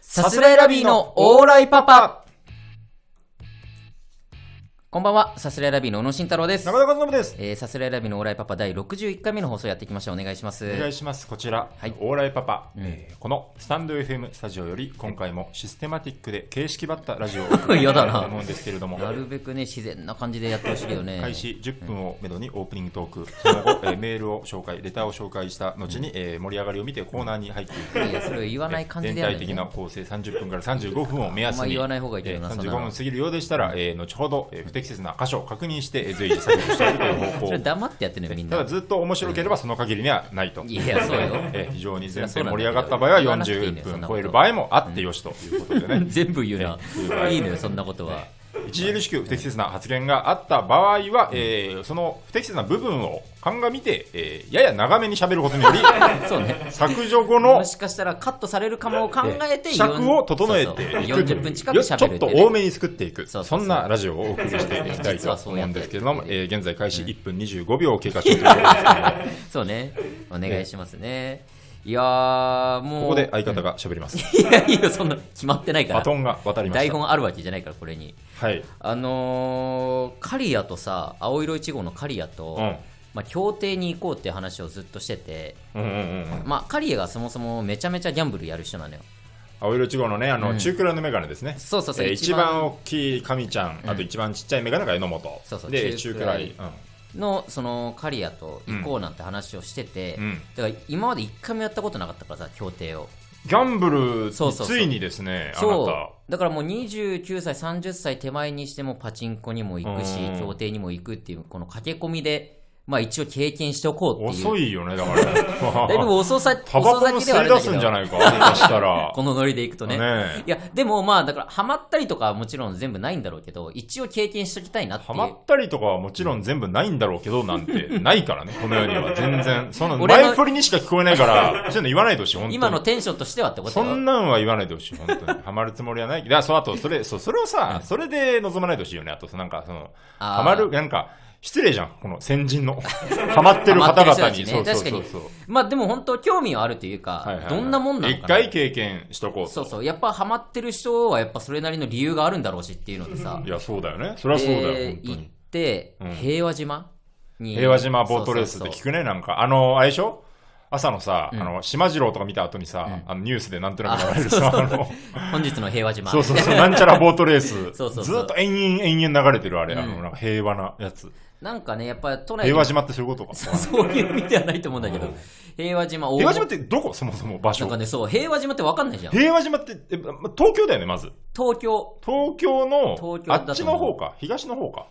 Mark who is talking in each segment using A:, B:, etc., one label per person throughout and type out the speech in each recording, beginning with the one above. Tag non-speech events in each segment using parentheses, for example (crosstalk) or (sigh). A: さすらいラビーのオーライパパこんばんは、さすらいラビーの小野慎太郎です。
B: 中田和伸です。
A: えー、さすらいラビーのオーライパパ第61回目の放送やっていきましょう。お願いします。
B: お願いします。こちら、
A: はい
B: オーライパパ、えーこのスタンド FM スタジオより、今回もシステマティックで形式ばったラジオをお
A: (laughs)
B: 送りしたい
A: 嫌だな
B: と思うんですけれども、
A: なるべくね、自然な感じでやってほしいよね。
B: 開始10分をめどにオープニングトーク、その後、えーメールを紹介、レターを紹介した後に、えー盛り上がりを見てコーナーに入っていく。
A: いや、それを言わない感じ
B: 全
A: でやる
B: 体
A: んだよ
B: 的な
A: ね。
B: 構成30分から35分を目安
A: あんま
B: に
A: 言わない方がいいけどな
B: えー
A: そんな
B: 35
A: の
B: 分過ぎるようでしたら、えー後ほど、えー不適切な箇所を確認して、えー随時削除していくという方
A: そ
B: 向
A: (laughs) れ黙ってやってんのよ、みん
B: た
A: な
B: だ。ずっと面白ければその限りにはないと。
A: いやそうよ
B: (laughs) え非常に前編盛り上がった場合は40分超える場合もあってよしということでね。
A: 全部言うな。いいのよ、そんなことは。
B: 著しく不適切な発言があった場合は、えーその不適切な部分を鑑みて、えーやや長めに喋ること
A: (laughs)
B: により、
A: そうね。
B: 削除後の
A: もしかしたらカットされるかもを考えて、
B: 尺を整えていく
A: そうそう40分近く
B: ちょっ
A: 喋る
B: と
A: ね
B: 多めに作っていく
A: そ
B: そう
A: そうそうん
B: なラジオをお送りしていきたい
A: 実
B: と
A: はそう
B: 思
A: や
B: う
A: っ
B: ん
A: て
B: です
A: る
B: けれども、えー現在開始1分25秒を経過してい
A: (laughs)
B: るところですけれども
A: そうね。お願いしますね。いやー、もう。
B: ここで相方が喋ります
A: いや、いいよ、そんな、決まってないから。
B: バトンが渡りま
A: 台
B: した
A: 本あるわけじゃないから、これに。
B: はい
A: あのー、カリアとさ、青色1号のカリアと、
B: うん
A: まあ、協定に行こうっていう話をずっとしてて、
B: うんうんうんうん
A: まあ、カリアがそもそもめちゃめちゃギャンブルやる人なのよ。
B: 青色1号のね、あ
A: う
B: の、
A: ん
B: 中くらいのメガネですね。
A: そうそうそう
B: えー
A: 一
B: 一
A: 番
B: 番大きい神ちゃん、あと一番ちっちゃいメガネが榎本。
A: そうそう
B: で、
A: 中
B: 中
A: く
B: く
A: ら
B: ら
A: い
B: い。うん
A: の、その、カリアと行こうなんて話をしてて、
B: うん
A: だから今まで一回もやったことなかったからさ、協定を。
B: ギャンブル、
A: そうそうそう
B: ついにですね、あなた。
A: そうだからもう29歳30歳手前にしてもパチンコにも行くし
B: うん
A: 協定にも行くっていうこの駆け込みでまあ一応経験しておこうっていう
B: 遅いよね、だから。 (laughs)
A: だいぶ遅さ
B: タバコも
A: 遅咲きではあ
B: 吸
A: るん
B: い
A: だ
B: 出
A: け
B: す
A: ど
B: んじゃないか、下手したら。
A: (laughs) このノリで行くとね
B: ねえ
A: いやでもまあだからハマったりとかはもちろん全部ないんだろうけど一応経験しときたいなって
B: ハ
A: い
B: マ
A: う
B: ったりとかはもちろん全部ないんだろうけど、なんて、ないからね、この世には。全然。その
A: 俺の
B: 前振りにしか聞こえないから、そういうの言わないでほしい、本当に。
A: 今のテンションとしてはってこと
B: そん
A: よ
B: なんは言わないでほしい、本当に。ハマるつもりはない。だそう、あと、それ、そう、それをさ、それで望まないでほしいよね。あと、なんか、その、
A: あー
B: ハマる、なんか、失礼じゃん、この先人の。ハマってる方々
A: (laughs) ハマ
B: に。そ
A: っ
B: う
A: て
B: そ
A: る人
B: う
A: たちね
B: そうそう。
A: まあでも本当興味はあるというか、
B: はいはいはい
A: どんなもんなのか
B: 一
A: な
B: 回経験しとこうと。
A: そうそうやっぱハマってる人はやっぱそれなりの理由があるんだろうしっていうのでさ
B: いや、そうだよね。そりゃそうだよ、
A: で
B: 本当
A: 行っ
B: に。
A: て、
B: ん
A: 平和島に
B: 平和島ボートレースっ
A: そ
B: て
A: う
B: 聞
A: そう
B: くね、なんか。あの、あれでしょ朝のさ、あの、島次郎とか見た後にさ、あの、ニュースでなんとなく流れるさ、あの、
A: そう本日の平和島
B: そうそうそう、なんちゃらボートレース。
A: (laughs) そうそうそう
B: ずっと延々延々流れてる、あれ。あの、なんか平和なやつ。
A: なんかねやっぱ都内
B: 平和島ってそういうことか。
A: そういう意味ではないと思うんだけど平和島
B: 平和島っててどこそもそも場
A: な
B: 所
A: んか。ねそう平和島って分かんないじゃん
B: 平和島って、えま東京だよね、まず。
A: 東京
B: 東京の
A: 東京
B: あ
A: だと思う
B: っちの方か、東の方か。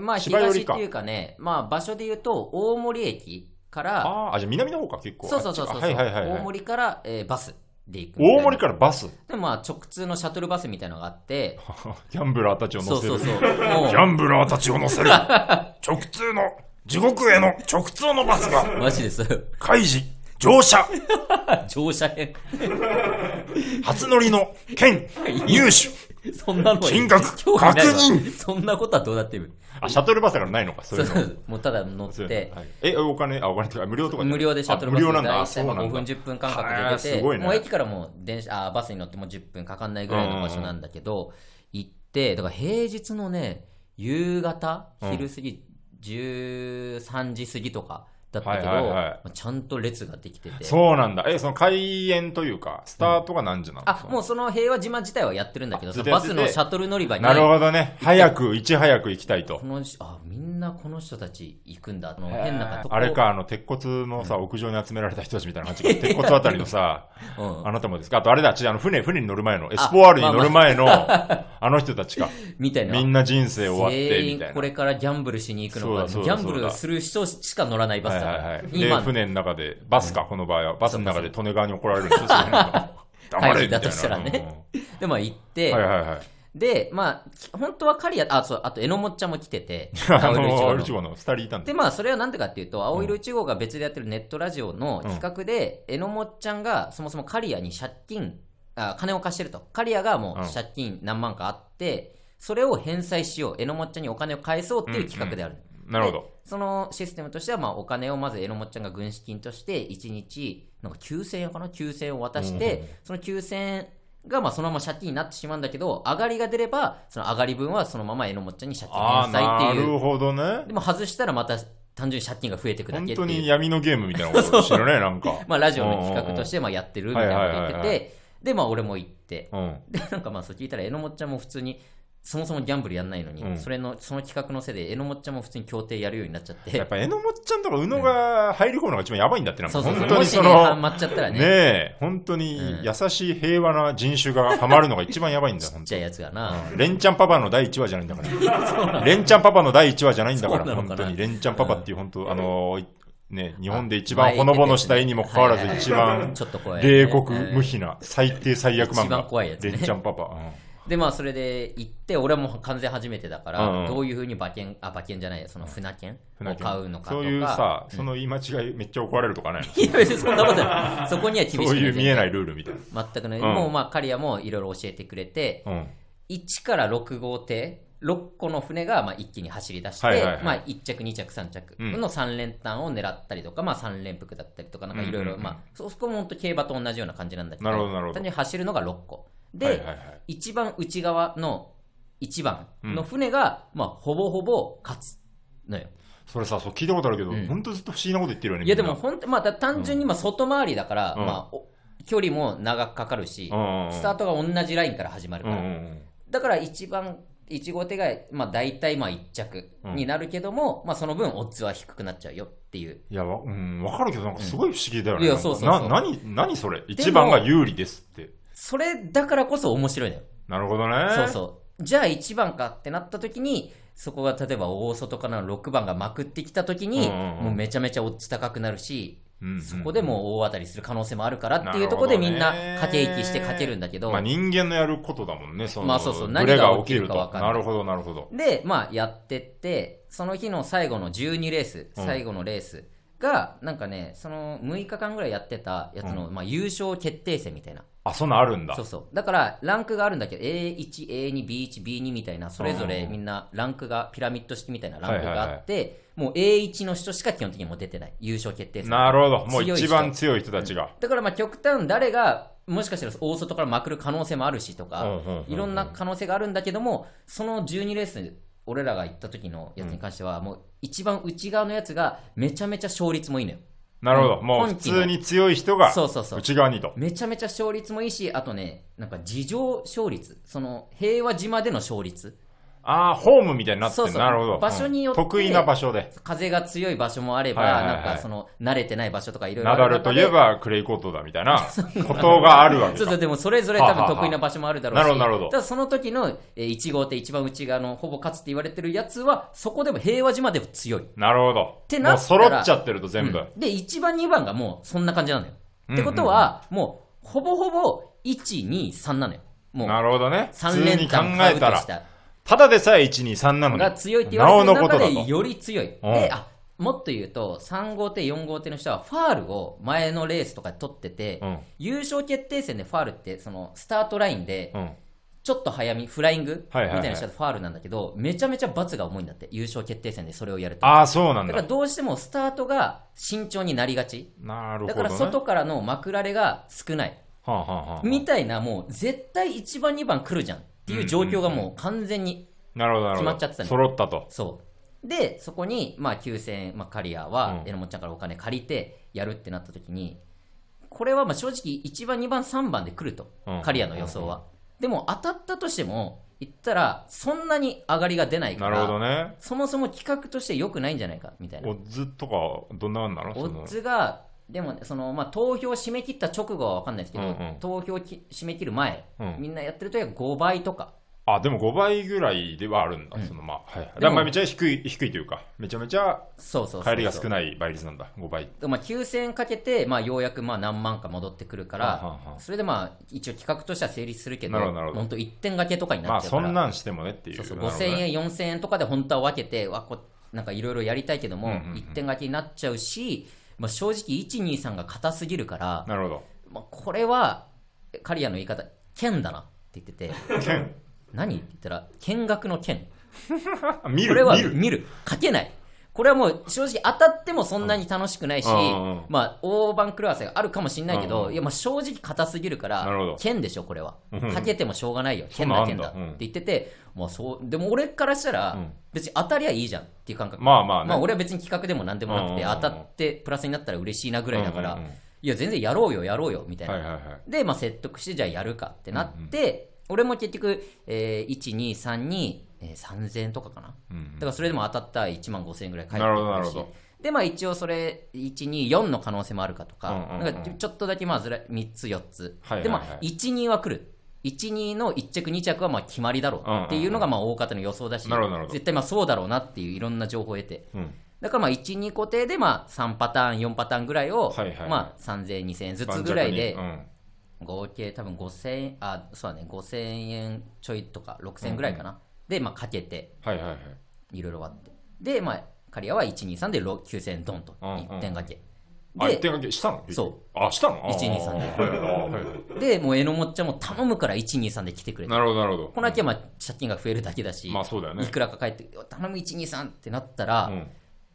A: まあ
B: 芝寄
A: 東っ
B: りか
A: ていうかねまあ場所で言うと大森駅から
B: あーあ、じゃあ南の方か、結構。
A: そうそうそうそう、
B: あはいはいはいは
A: 大
B: い。
A: 森から、えーバスで行くみたいな
B: 大森からバス。 (laughs)
A: でまあ直通のシャトルバスみたいなのがあって
B: ギャンブラーたちを
A: そ
B: 乗
A: う
B: せ
A: そう
B: る。
A: そう
B: ギ
A: もう
B: ャンブラーたちを
A: (laughs)
B: 乗せる。直通の、地獄への直通のバスが、
A: マジです (laughs)
B: 開示、乗車、
A: 乗車編
B: 初乗りの、券、入手。
A: そんなのはいい
B: 金額
A: 興味ないわ
B: 確認
A: そんなことはどうだっていう。
B: あ、シャトルバスだからないのか、そ
A: そ
B: ういうう
A: そ
B: の。
A: うもうただ乗っ
B: そういう
A: て
B: の、はいえ、お金、あ、お金ってか、無料とかじゃな
A: 無
B: い
A: 料でシャトルバス
B: あ無料なん
A: で
B: だ、
A: 大
B: あそ
A: 体
B: う
A: ま
B: なん
A: あ
B: だ。
A: 5分10分間隔で
B: へー
A: 出て、
B: すごいね
A: もう駅からもう電車あバスに乗っても10分かかんないぐらいの場所なんだけど、行って、だから平日のね、夕方、
B: うん
A: 昼過ぎ、13時過ぎとかだったけど、
B: はいはいはい
A: まあちゃんと列ができてて。
B: そうなんだ。え、その開演というか、スタートが何時なの、
A: あ、もうその平和島自体はやってるんだけど、
B: あ
A: そ
B: ずっ
A: の
B: とや
A: バ
B: ってて
A: スのシャトル乗り場に
B: なるほどね。早く、いち早く行きたいと
A: こ。のしあみんなこの人たち行くんだあの
B: え
A: 変な
B: ー
A: とこ
B: あれ、か、あの、鉄骨のさ、屋上に集められた人たちみたいな感じ
A: (laughs)
B: が、鉄骨あたりのさ、
A: うん、
B: あなたもですかあとあれだ、違う、あの、船、船に乗る前の、エスポワールに乗る前の、あの人たちか。
A: みたいな
B: みんな人生終わって、
A: 全
B: み
A: 員
B: たい
A: こ
B: な。
A: れからギャンブルしに行くのかギ
B: そうだそうだ
A: ャンブルする人しか乗らないバスだ
B: はい
A: か
B: はいは
A: ら
B: い。で、
A: 今
B: 船の中で、バスか、この場合は。バスの中で、利根川に怒られるんで
A: (laughs)
B: すよ、
A: 会
B: 黙れ
A: 議
B: みた
A: だと
B: い
A: したら
B: な。
A: ねでまあ行っ
B: う
A: て、
B: んはいはいはい。
A: でまあき本当は刈谷あそうあと榎本ちゃんも来てて
B: (laughs) あ
A: 青色一
B: の、
A: 号
B: 青
A: の
B: いちごの二人いたん
A: で
B: で。
A: まあそれはなんでかっていうと青色1号が別でやってるネットラジオの企画で榎本、ちゃんがそもそも刈谷に借金あ金を貸してると刈谷がも
B: うん
A: う借金何万かあって、それを返済しよう榎本ちゃんにお金を返そうっていう企画である、
B: なるほど。
A: そのシステムとしては、まあ、お金をまず榎本ちゃんが軍資金として1日なんか9000円かな9000円を渡して、その9000円が、まあ、そのまま借金になってしまうんだけど、上がりが出れば、その上がり分はそのまま榎本ちゃんに借
B: あ
A: 金
B: あ、
A: 返済
B: な
A: ってい
B: る
A: う。
B: ほどね
A: で。も外したらまた単純に借金が増えていくだ
B: 本
A: けって
B: 当
A: い
B: に
A: う。
B: 闇のゲームみた
A: (laughs)
B: いなことしてるね、なんか。
A: まあ、ラジオの企画としてまあやってるみたいなこと言ってて、で、まあ、俺も行って、 (laughs)
B: うん。
A: で、なんかまあ、そう聞いたら榎本ちゃんも普通に、そもそもギャンブルやんないのに、
B: うん
A: それの、その企画のせいで、榎本ちゃんも普通に協定やるようになっちゃって、
B: やっぱ、榎本ちゃんとか宇野が入り込むのが一番やばいんだって、なん
A: そ
B: か、
A: うそうそう、
B: 本当
A: も
B: に
A: し
B: そ
A: ね、
B: の
A: ハ、マっちゃったら
B: ね
A: ね、
B: え、本当に優しい平和な人種がハマるのが一番やばい
A: (laughs)
B: んだよ、本
A: じ
B: 当
A: ゃあ
B: に。
A: やつがな、
B: レンちゃんパパの第1話じゃないんだから。レンちゃんパパの第1話じゃないんだか
A: そうな
B: ら、
A: のかな
B: 本当に。レンちゃんパパっていう、本当、あの、ね、日本で一番ほのぼのした絵にもかかわらず、一番
A: ちょっと怖い。
B: 冷酷無
A: うん
B: 比な、最低最悪漫
A: 一
B: 画
A: 番怖いや。つね
B: レンちゃんパパ。うん
A: で、まあ、それで行って、俺はもう完全初めてだか
B: うんう
A: ら、
B: ん
A: どういうふうに馬券、あ、馬券じゃないや、その船券を買うのかとか。
B: そういうさ、その言い間違いめっちゃ怒られるとかね。
A: いや、別にそんなことない。そこには厳しく
B: そ
A: ないう
B: いう見えないルールみたいな。
A: 全くない。
B: うん
A: もう、まあ、カリアもいろいろ教えてくれて、
B: うん。
A: 1から6号艇、6個の船がまあ一気に走り出して、
B: はいはいはい
A: まあ、1着、2着、3着
B: うん
A: の3連単を狙ったりとか、まあ、3連複だったりとか、なんかいろい
B: うんう
A: ろ、
B: んうん
A: まあ、そそこも本当競馬と同じような感じなんだけど、
B: なるほどなるほど
A: 単純に走るのが6個。で、
B: はいはいはい。
A: 一番内側の一番の船が、まあ、ほぼほぼ勝つのよ。
B: それさ、そう聞いたことあるけど、
A: うん
B: ほんとずっと不思議なこと言ってるよね。
A: いやで
B: みん
A: も
B: な、
A: 本当、まあ、だ単純にまあ外回りだから、
B: うん
A: まあ、お距離も長くかかるし、
B: うんうんうん
A: スタートが同じラインから始まる
B: う
A: か
B: ん
A: ら、
B: うんうん。
A: だから一番1号手が、まあ、大体まあ1着になるけども、まあ、その分オッズは低くなっちゃうよっていう
B: いや、わ、うん、わかるけど、なんかすごい不思議だよね。
A: いや
B: なんか
A: そうそうそう
B: な、なに、なにそれ一番が有利ですって。
A: それだからこそ面白いのよ、
B: なるほどね。
A: そうそうじゃあ1番かってなった時にそこが例えば大外からの6番がまくってきた時に、
B: うんうんうん
A: もうめちゃめちゃオッズ高くなるし
B: うんうんうん
A: そこでもう大当たりする可能性もあるからっていうところでみんな駆け引きしてかけるんだけど
B: まあ人間のやることだもんね、その、
A: まあそうそう
B: ブレが起きると。
A: 何が起きるかわかんない
B: なるほど、なるほど。
A: で、まあ、やってって、その日の最後の12レース、
B: うん
A: 最後のレースが、なんかね、その6日間ぐらいやってたやつの、まあ、優勝決定戦みたいな。
B: あ、そんなんあるんだ。
A: そうそう。だから、ランクがあるんだけど、A1、A2、B1、B2 みたいな、それぞ
B: うん
A: れ
B: うん
A: みんなランクが、ピラミッド式みたいなランク
B: はいはい
A: が
B: はい
A: あって、もう A1 の人しか基本的にもう出てない。優勝決定戦。
B: なるほど。もう
A: 強い人
B: 一番強い人たちが。
A: だから、まあ、極端、誰が、もしかしたら大外からまくる可能性もあるしとか、
B: うんうんうんうん
A: いろんな可能性があるんだけども、その12レース、俺らが行った時のやつに関しては、もう一番内側のやつがめちゃめちゃ勝率もいいのよ。
B: なるほど。
A: うん
B: もう普通に強い人が、
A: そうそうそう。
B: 内側にと。
A: めちゃめちゃ勝率もいいし、あとね、なんか事情勝率、その平和島での勝率、
B: ああ、ホームみたいになって
A: そう
B: る。
A: そう
B: なるほど。
A: 場所によって
B: うん得意な場所で。
A: 風が強い場所もあれば、
B: はいはいはい
A: なんかその慣れてない場所とかいろいろあ
B: ナ
A: る
B: ダ
A: 中で。
B: ルといえばクレイコートだ
A: (laughs)
B: みたいなことがあるわけ
A: そう
B: だ。
A: そう、でもそれぞれ多分得意な場所もあるだろうし、
B: はははなるほどなるほど
A: ただその時のえー1号艇一番内側のほぼ勝つって言われてるやつは、そこでも平和島でも強い。
B: なるほど。
A: て
B: も
A: な
B: う
A: ったら
B: 揃っちゃってると全部。
A: うんで、1番、2番がもうそんな感じなのよ。
B: うん
A: ってことは、もうほぼほぼ1、2、3なのよ。もう
B: なるほどね。普
A: 3
B: 通に
A: 連
B: 考
A: 単
B: えたら、ただでさえ1、2、3なのに。
A: が強いって言われて
B: な
A: る
B: おのこと
A: 中
B: だ
A: で
B: と。
A: より強い。
B: うん
A: で、あもっと言うと、3号艇、4号艇の人はファールを前のレースとかで取ってて、
B: うん
A: 優勝決定戦でファールって、そのスタートラインで、
B: うん。
A: ちょっと早め、フライングみ
B: はい
A: た
B: は
A: い
B: いはい
A: な人はファールなんだけど、めちゃめちゃ罰が重いんだって、優勝決定戦でそれをやると。だ
B: ああ、そうなん
A: から
B: だ。
A: どうしてもスタートが慎重になりがち。
B: なる
A: だ
B: ほ
A: か
B: どね。
A: ら外からのまくられが少ない。
B: はあはあはあ
A: みたいな、もう絶対1番、2番来るじゃんっていう状況がもう完全に、
B: なるほど、なるほど。
A: 決まっちゃってたね
B: 揃ったと。
A: そう。で、そこに、まあ9000円、まあカリアは
B: う、ん
A: 榎本ちゃんからお金借りてやるってなった時に、これはまあ正直1番、2番、3番で来ると
B: うん。
A: カリアの予想は。でも当たったとしても、言ったら、そんなに上がりが出ないか
B: なるほど
A: ら、
B: ね。
A: そもそも企画として良くないんじゃないか、みたいな
B: オ。ッズとか、どんなのなの
A: オ
B: その
A: ッズが、でもね、その、まあ、投票締め切った直後は分かんないですけど、
B: うんうん
A: 投票き締め切る前、
B: うん
A: みんなやってるときは5倍とか、
B: あ、でも5倍ぐらいではあるんだ。その、まあ、はいはい。だからまあめちゃ低い、低いというか、めちゃめちゃ
A: そうそうそうそう
B: 帰りが少ない倍率なんだ、5倍。
A: まあ、9000円かけて、まあ、ようやくまあ何万か戻ってくるか
B: はあはあは
A: ら
B: あ、
A: それでまあ一応企画としては成立するけど、
B: なるほどなるほど
A: 本当、1点掛けとかに
B: ま
A: な
B: あ、
A: っちゃうか
B: そ
A: ら、
B: んなんしてもねっていう。
A: そうそう
B: なるほど
A: 5000
B: ね
A: 円、4000円とかで本当は分けて、わこなんかいろいろやりたいけども、
B: うんうんうん
A: 1点掛けになっちゃうし、まあ、正直、1、2、3が硬すぎるから、
B: なるほど。 (laughs)
A: まあ、これは、カリアの言い方、剣だなって言って (laughs) て。
B: 剣
A: 何って言ったら見学の見
B: あ見
A: これ
B: る
A: は
B: 見
A: 見
B: る
A: る書けないこれはもう正直当たってもそんなに楽しくないし、
B: うんうんうん
A: まあ、大盤狂わせがあるかもしれないけど、
B: うん
A: いやまあ正直硬すぎるか
B: なるほど
A: ら、剣でしょ、これは
B: うんうん。
A: かけてもしょうがないよ、
B: そ
A: 剣
B: んなん
A: だ、
B: あん
A: 剣
B: だ
A: だって
B: うん
A: 言ってて、まあ、そうでも俺からしたら
B: うん、
A: 別に当たりゃいいじゃんっていう感覚。
B: まあまあね。
A: まあ、俺は別に企画でもなんでもなくて、
B: うんうんうん
A: 当たってプラスになったら嬉しいなぐらいだから、
B: うんうんうん
A: いや、全然やろうよ、やろうよ、みたいな
B: はい。はいはい。
A: で、まあ、説得して、じゃあやるかってなって、俺も結局、えー、1、2、3に、えー、3000円とかかな。
B: うんうん
A: だからそれでも当たったら1万5000円ぐらい返って
B: な
A: く
B: る
A: る
B: ほ
A: し
B: どなるほど
A: で、まあ、一応それ、1、2、4の可能性もあるかとか、
B: うんうんうん
A: なんかちょっとだけまあずら3つ、4つ。
B: はいはいはい
A: で、まあ、1、2は来る。1、2の1着、2着はまあ決まりだろうっていうのがまあ大方の予想だし、
B: なるほどなるほど
A: 絶対まあそうだろうなっていういろんな情報を得て。
B: うん
A: だからまあ1、2個定でまあ3パターン、4パターンぐらいを、
B: はいはいはい
A: まあ3000円、2000円ずつぐらいで
B: 盤石にうん
A: 合計多分5000円あそうだね5000円ちょいとか6000円ぐらいかな、でまあかけて
B: はいはいはい。
A: いろいろ割ってでまあ刈谷は123でろ9000円ドンと
B: うんうん
A: 1点掛け、
B: あ、一
A: で
B: 点掛けしたの。
A: そう
B: あ、したのあ
A: 1
B: ー
A: 2 3
B: はいはいはいは
A: でもう榎本ちゃんも頼むから123で来てくれ
B: い。
A: て
B: なるほどなるほど。
A: このだけまあ借金が増えるだけだし、
B: まあそうだよね
A: い。くらか返って頼む123ってなったら、
B: うん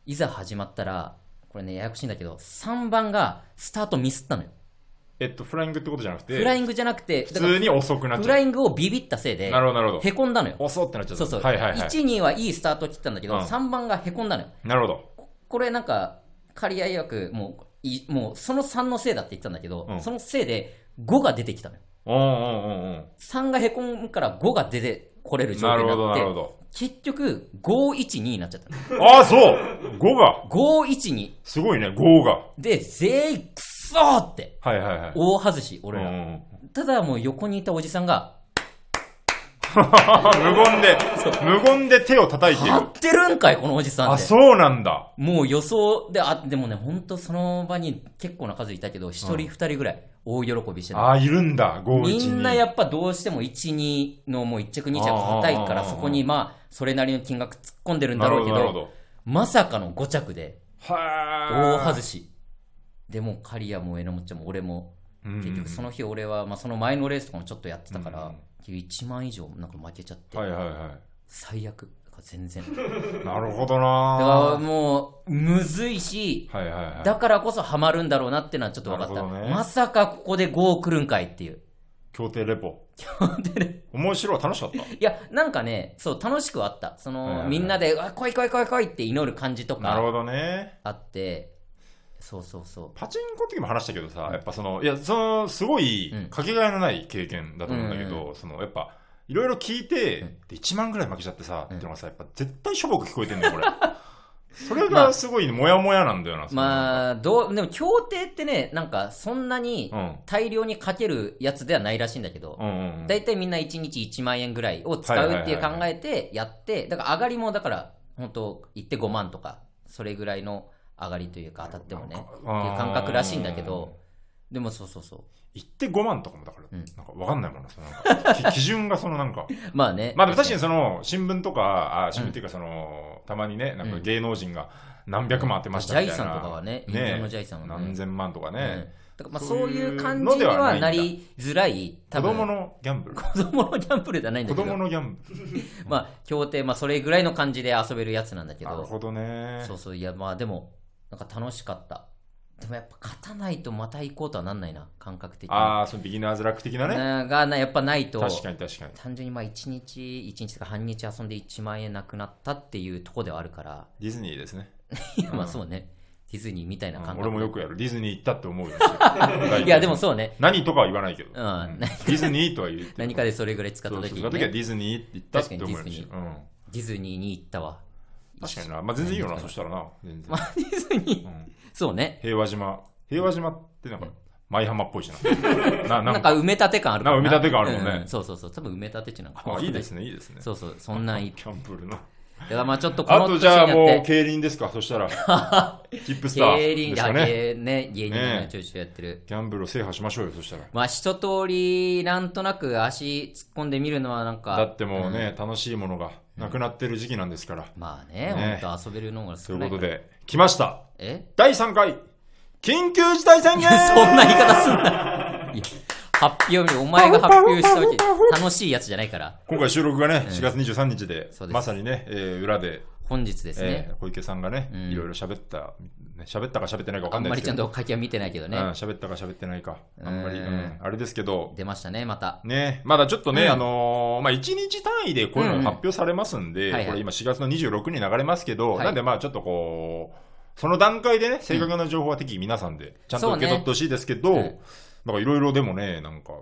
A: いざ始まったらこれねややこしいんだけど3番がスタートミスったのよ
B: えっと、フライングってことじゃなくて、
A: フライングじゃなくて
B: 普通に遅くなっ
A: フ
B: ちゃ
A: ラ
B: う。
A: イングをビビったせいで
B: なるほどなるほ
A: へこんだのよ
B: ど。遅ってなっちゃっ
A: そ
B: た。
A: うそう、
B: はいはいはい。
A: 1、2はいいスタートを切ったんだけど、
B: うん
A: 3番がへこんだのよ。
B: なるほど。
A: これなんか、仮合い枠、もうい、もうその3のせいだって言ってたんだけど、
B: うん
A: そのせいで5が出てきたのよ。
B: うんうんうんうん。
A: 3がへこむから5が出てこれる状
B: な
A: 況
B: るほ
A: に
B: ど
A: な
B: な
A: っ
B: る
A: て
B: ほ、ど。
A: 結局、5、1、2になっちゃったの。
B: ああ、そう五が
A: 5、1、2。
B: すごいね、五が。
A: で、全員、くそーって、
B: はいはいはい。
A: 大外し、俺ら。
B: うんうん
A: ただもう横にいたおじさんが、
B: (laughs) 無言で、無言で手を叩いてい
A: 合
B: る。
A: ってるんかい、このおじさん
B: あ、
A: って。
B: そうなんだ。
A: もう予想で、あ、でもね、本当その場に結構な数いたけど、一人二人ぐらい大喜びしてた。
B: あー、いるんだ、5、1、
A: み
B: 2。
A: んなやっぱどうしても1、2のもう1着2着硬いか
B: あ
A: ら、
B: ー
A: そこにまあ、それなりの金額突っ込んでるんだろうけ
B: なるほど、なるほ
A: ど、
B: ど。
A: まさかの5着で、大
B: は
A: 外し。でも、刈谷も榎本ちゃんも俺も、結局その日俺は、まあその前のレースとかもちょっとやってたか
B: うんう
A: ら
B: ん、
A: 1万以上なんか負けちゃって、
B: はいはいは
A: 最悪。だから全然。
B: い。なるほ
A: だか
B: ど
A: ら
B: な
A: もう、むずいし、
B: はいはいはい。
A: だからこそハマるんだろうなっていうのはちょっと分かっ
B: な
A: た。
B: るほどね
A: まさかここで5来るんかいっていう。
B: 協定レポ。面白い、楽しかった。
A: いや、なんかね、そう、楽しくはあった。その、
B: はいはいはい
A: みんなで、あ、来い来い来い来いって祈る感じと
B: なる
A: か
B: ほどね。
A: あって、そうそうそ
B: パチンコの時も話したけどさ、やっぱその、いや、その、すごい
A: うん、
B: かけがえのない経験だと思うんだけ
A: う
B: ど、その、やっぱ、いろいろ聞いて、
A: うん
B: で、1万ぐらい負けちゃってさ、っ
A: う
B: て
A: ん
B: いうのがさ、やっぱ絶対しょぼく聞こえてんだよ、これ。 (laughs) それがすごい、もやもやなんだよな、
A: う。
B: その
A: まあ、どう、でも協定ってね、なんかそんなに
B: うん。
A: 大量にかけるやつではないらしいんだけど
B: う、んうんうん。
A: 大体みんな1日1万円ぐらいを使うっていう考えてやって、だから上がりもだから、本当行って5万とか、それぐらいの上がりというか当たってもね、っていう感覚らしいんだけど、でもそうそうそう。
B: 行って5万とかもだから、
A: うん
B: なんかわかんないもんな、そのなんか、き基 (laughs) 準がそのなんか、
A: まあね。
B: まあでも確かにその、新聞とか、あ新聞っていうかその、たまにね、なんか芸能人が何百万当てまし
A: ジ
B: た
A: ャ
B: みたい
A: イ
B: な。
A: さんとかはね、インドのジャイさんはね。
B: 何千万とかね、
A: うんだからまあ
B: そ
A: そうう
B: いう
A: いう感
B: の
A: じ
B: で
A: に
B: はない
A: は
B: んだ
A: なりづらい、多
B: 子
A: 分
B: 供のギャンブル。
A: 子供のギャンブルじゃないんだ
B: 子
A: け
B: 供
A: ど、
B: のギャンブル。
A: まあ協定、まあそれぐらいの感じで遊べるやつなんだけ
B: なる
A: ど、
B: ほどね。
A: そうそう、いやまあでも、なんか楽しかった。でもやっぱ勝たないとまた行こうとはなんないな、感覚的に。
B: ああ、そのビギナーズラック的なね。
A: ながな、やっぱないと、
B: 確かに確かに。
A: 単純にまあ1日、1日とか半日遊んで1万円なくなったっていうとこではあるから、
B: ディズニーですね。
A: い (laughs) やまあそうね、ディズニーみたいな
B: うん
A: 感覚。
B: 俺もよくやる。ディズニー行ったって思うよ。大
A: (laughs)
B: 体
A: いやでもそうね、
B: 何とかは言わないけど。
A: ん
B: ディズニーとは言って。
A: 何かでそれぐらい使った
B: そう
A: 時
B: そう
A: に、
B: そ
A: ね、
B: の時はデ
A: デ
B: ィズニーって言ったって思うよ
A: 確かにディズ。
B: しうん
A: ィズニーに行ったわ
B: 確かにな。まあ全然いいよな、そしたらな。全然。
A: ディズニー
B: うん
A: そうね
B: 平和島。平和島ってなんか、舞浜っぽいしな。
A: な
B: な、な
A: んんか
B: か、
A: 埋め立て感あるから
B: なんか埋め立て感あるもんね
A: ううそうそうそう多分埋め立て地なんか
B: あいいです
A: ね
B: ね、いいですね。
A: そうそうそんなんいい
B: キャンプルの。
A: だからまあちょっとこの
B: あとじゃあ
A: 年にな
B: も
A: っ
B: う、
A: て
B: 競輪ですか、
A: (laughs)
B: そしたら。キップスタ
A: 競
B: ー
A: 輪
B: です
A: だ
B: かね。
A: けね芸人
B: ねえ
A: がちょいちょいやってる、
B: ギャンブルを制覇しましょうよ、そしたら。
A: まあ一通りなんとなく足突っ込んでみるのはなんか
B: だってもうね、楽しいものがなくなってる時期なんですから。
A: まあね
B: ね
A: 本当遊べるのが
B: とい
A: 少
B: う
A: な
B: こ
A: いか
B: と
A: ら
B: で、来ました
A: え
B: 第3回緊急事態宣言
A: (laughs) そんな言い方すんないや発表にお前が発表したわけ楽しいやつじゃないから
B: 今回収録がね、4月23日で
A: そう、です
B: まさにね、えー裏で
A: 本日ですね
B: え。ー小池さんがね、
A: うん
B: いろいろ喋った、ね喋ったか喋ってないか
A: あ
B: 分かん
A: ん
B: ない
A: ま
B: で
A: りち
B: すけ
A: ゃん
B: ど、
A: と書きは見てないけど
B: うん
A: ね。
B: 喋ったか喋ってないか、あんまり、
A: うん
B: うんあれですけど、
A: 出ましたね、また。
B: ね、まだちょっとね、
A: うん
B: あのーまあ、1日単位でこういうのが発表されますんで、
A: うんはいはい
B: これ今4月の26に流れますけど、
A: はい
B: なんでまあちょっとこう、その段階でね、正確な情報は適宜皆さんで、ちゃんと
A: そうね
B: 受け取ってほしいですけど、
A: うん
B: なんかいろいろでもね、なんか、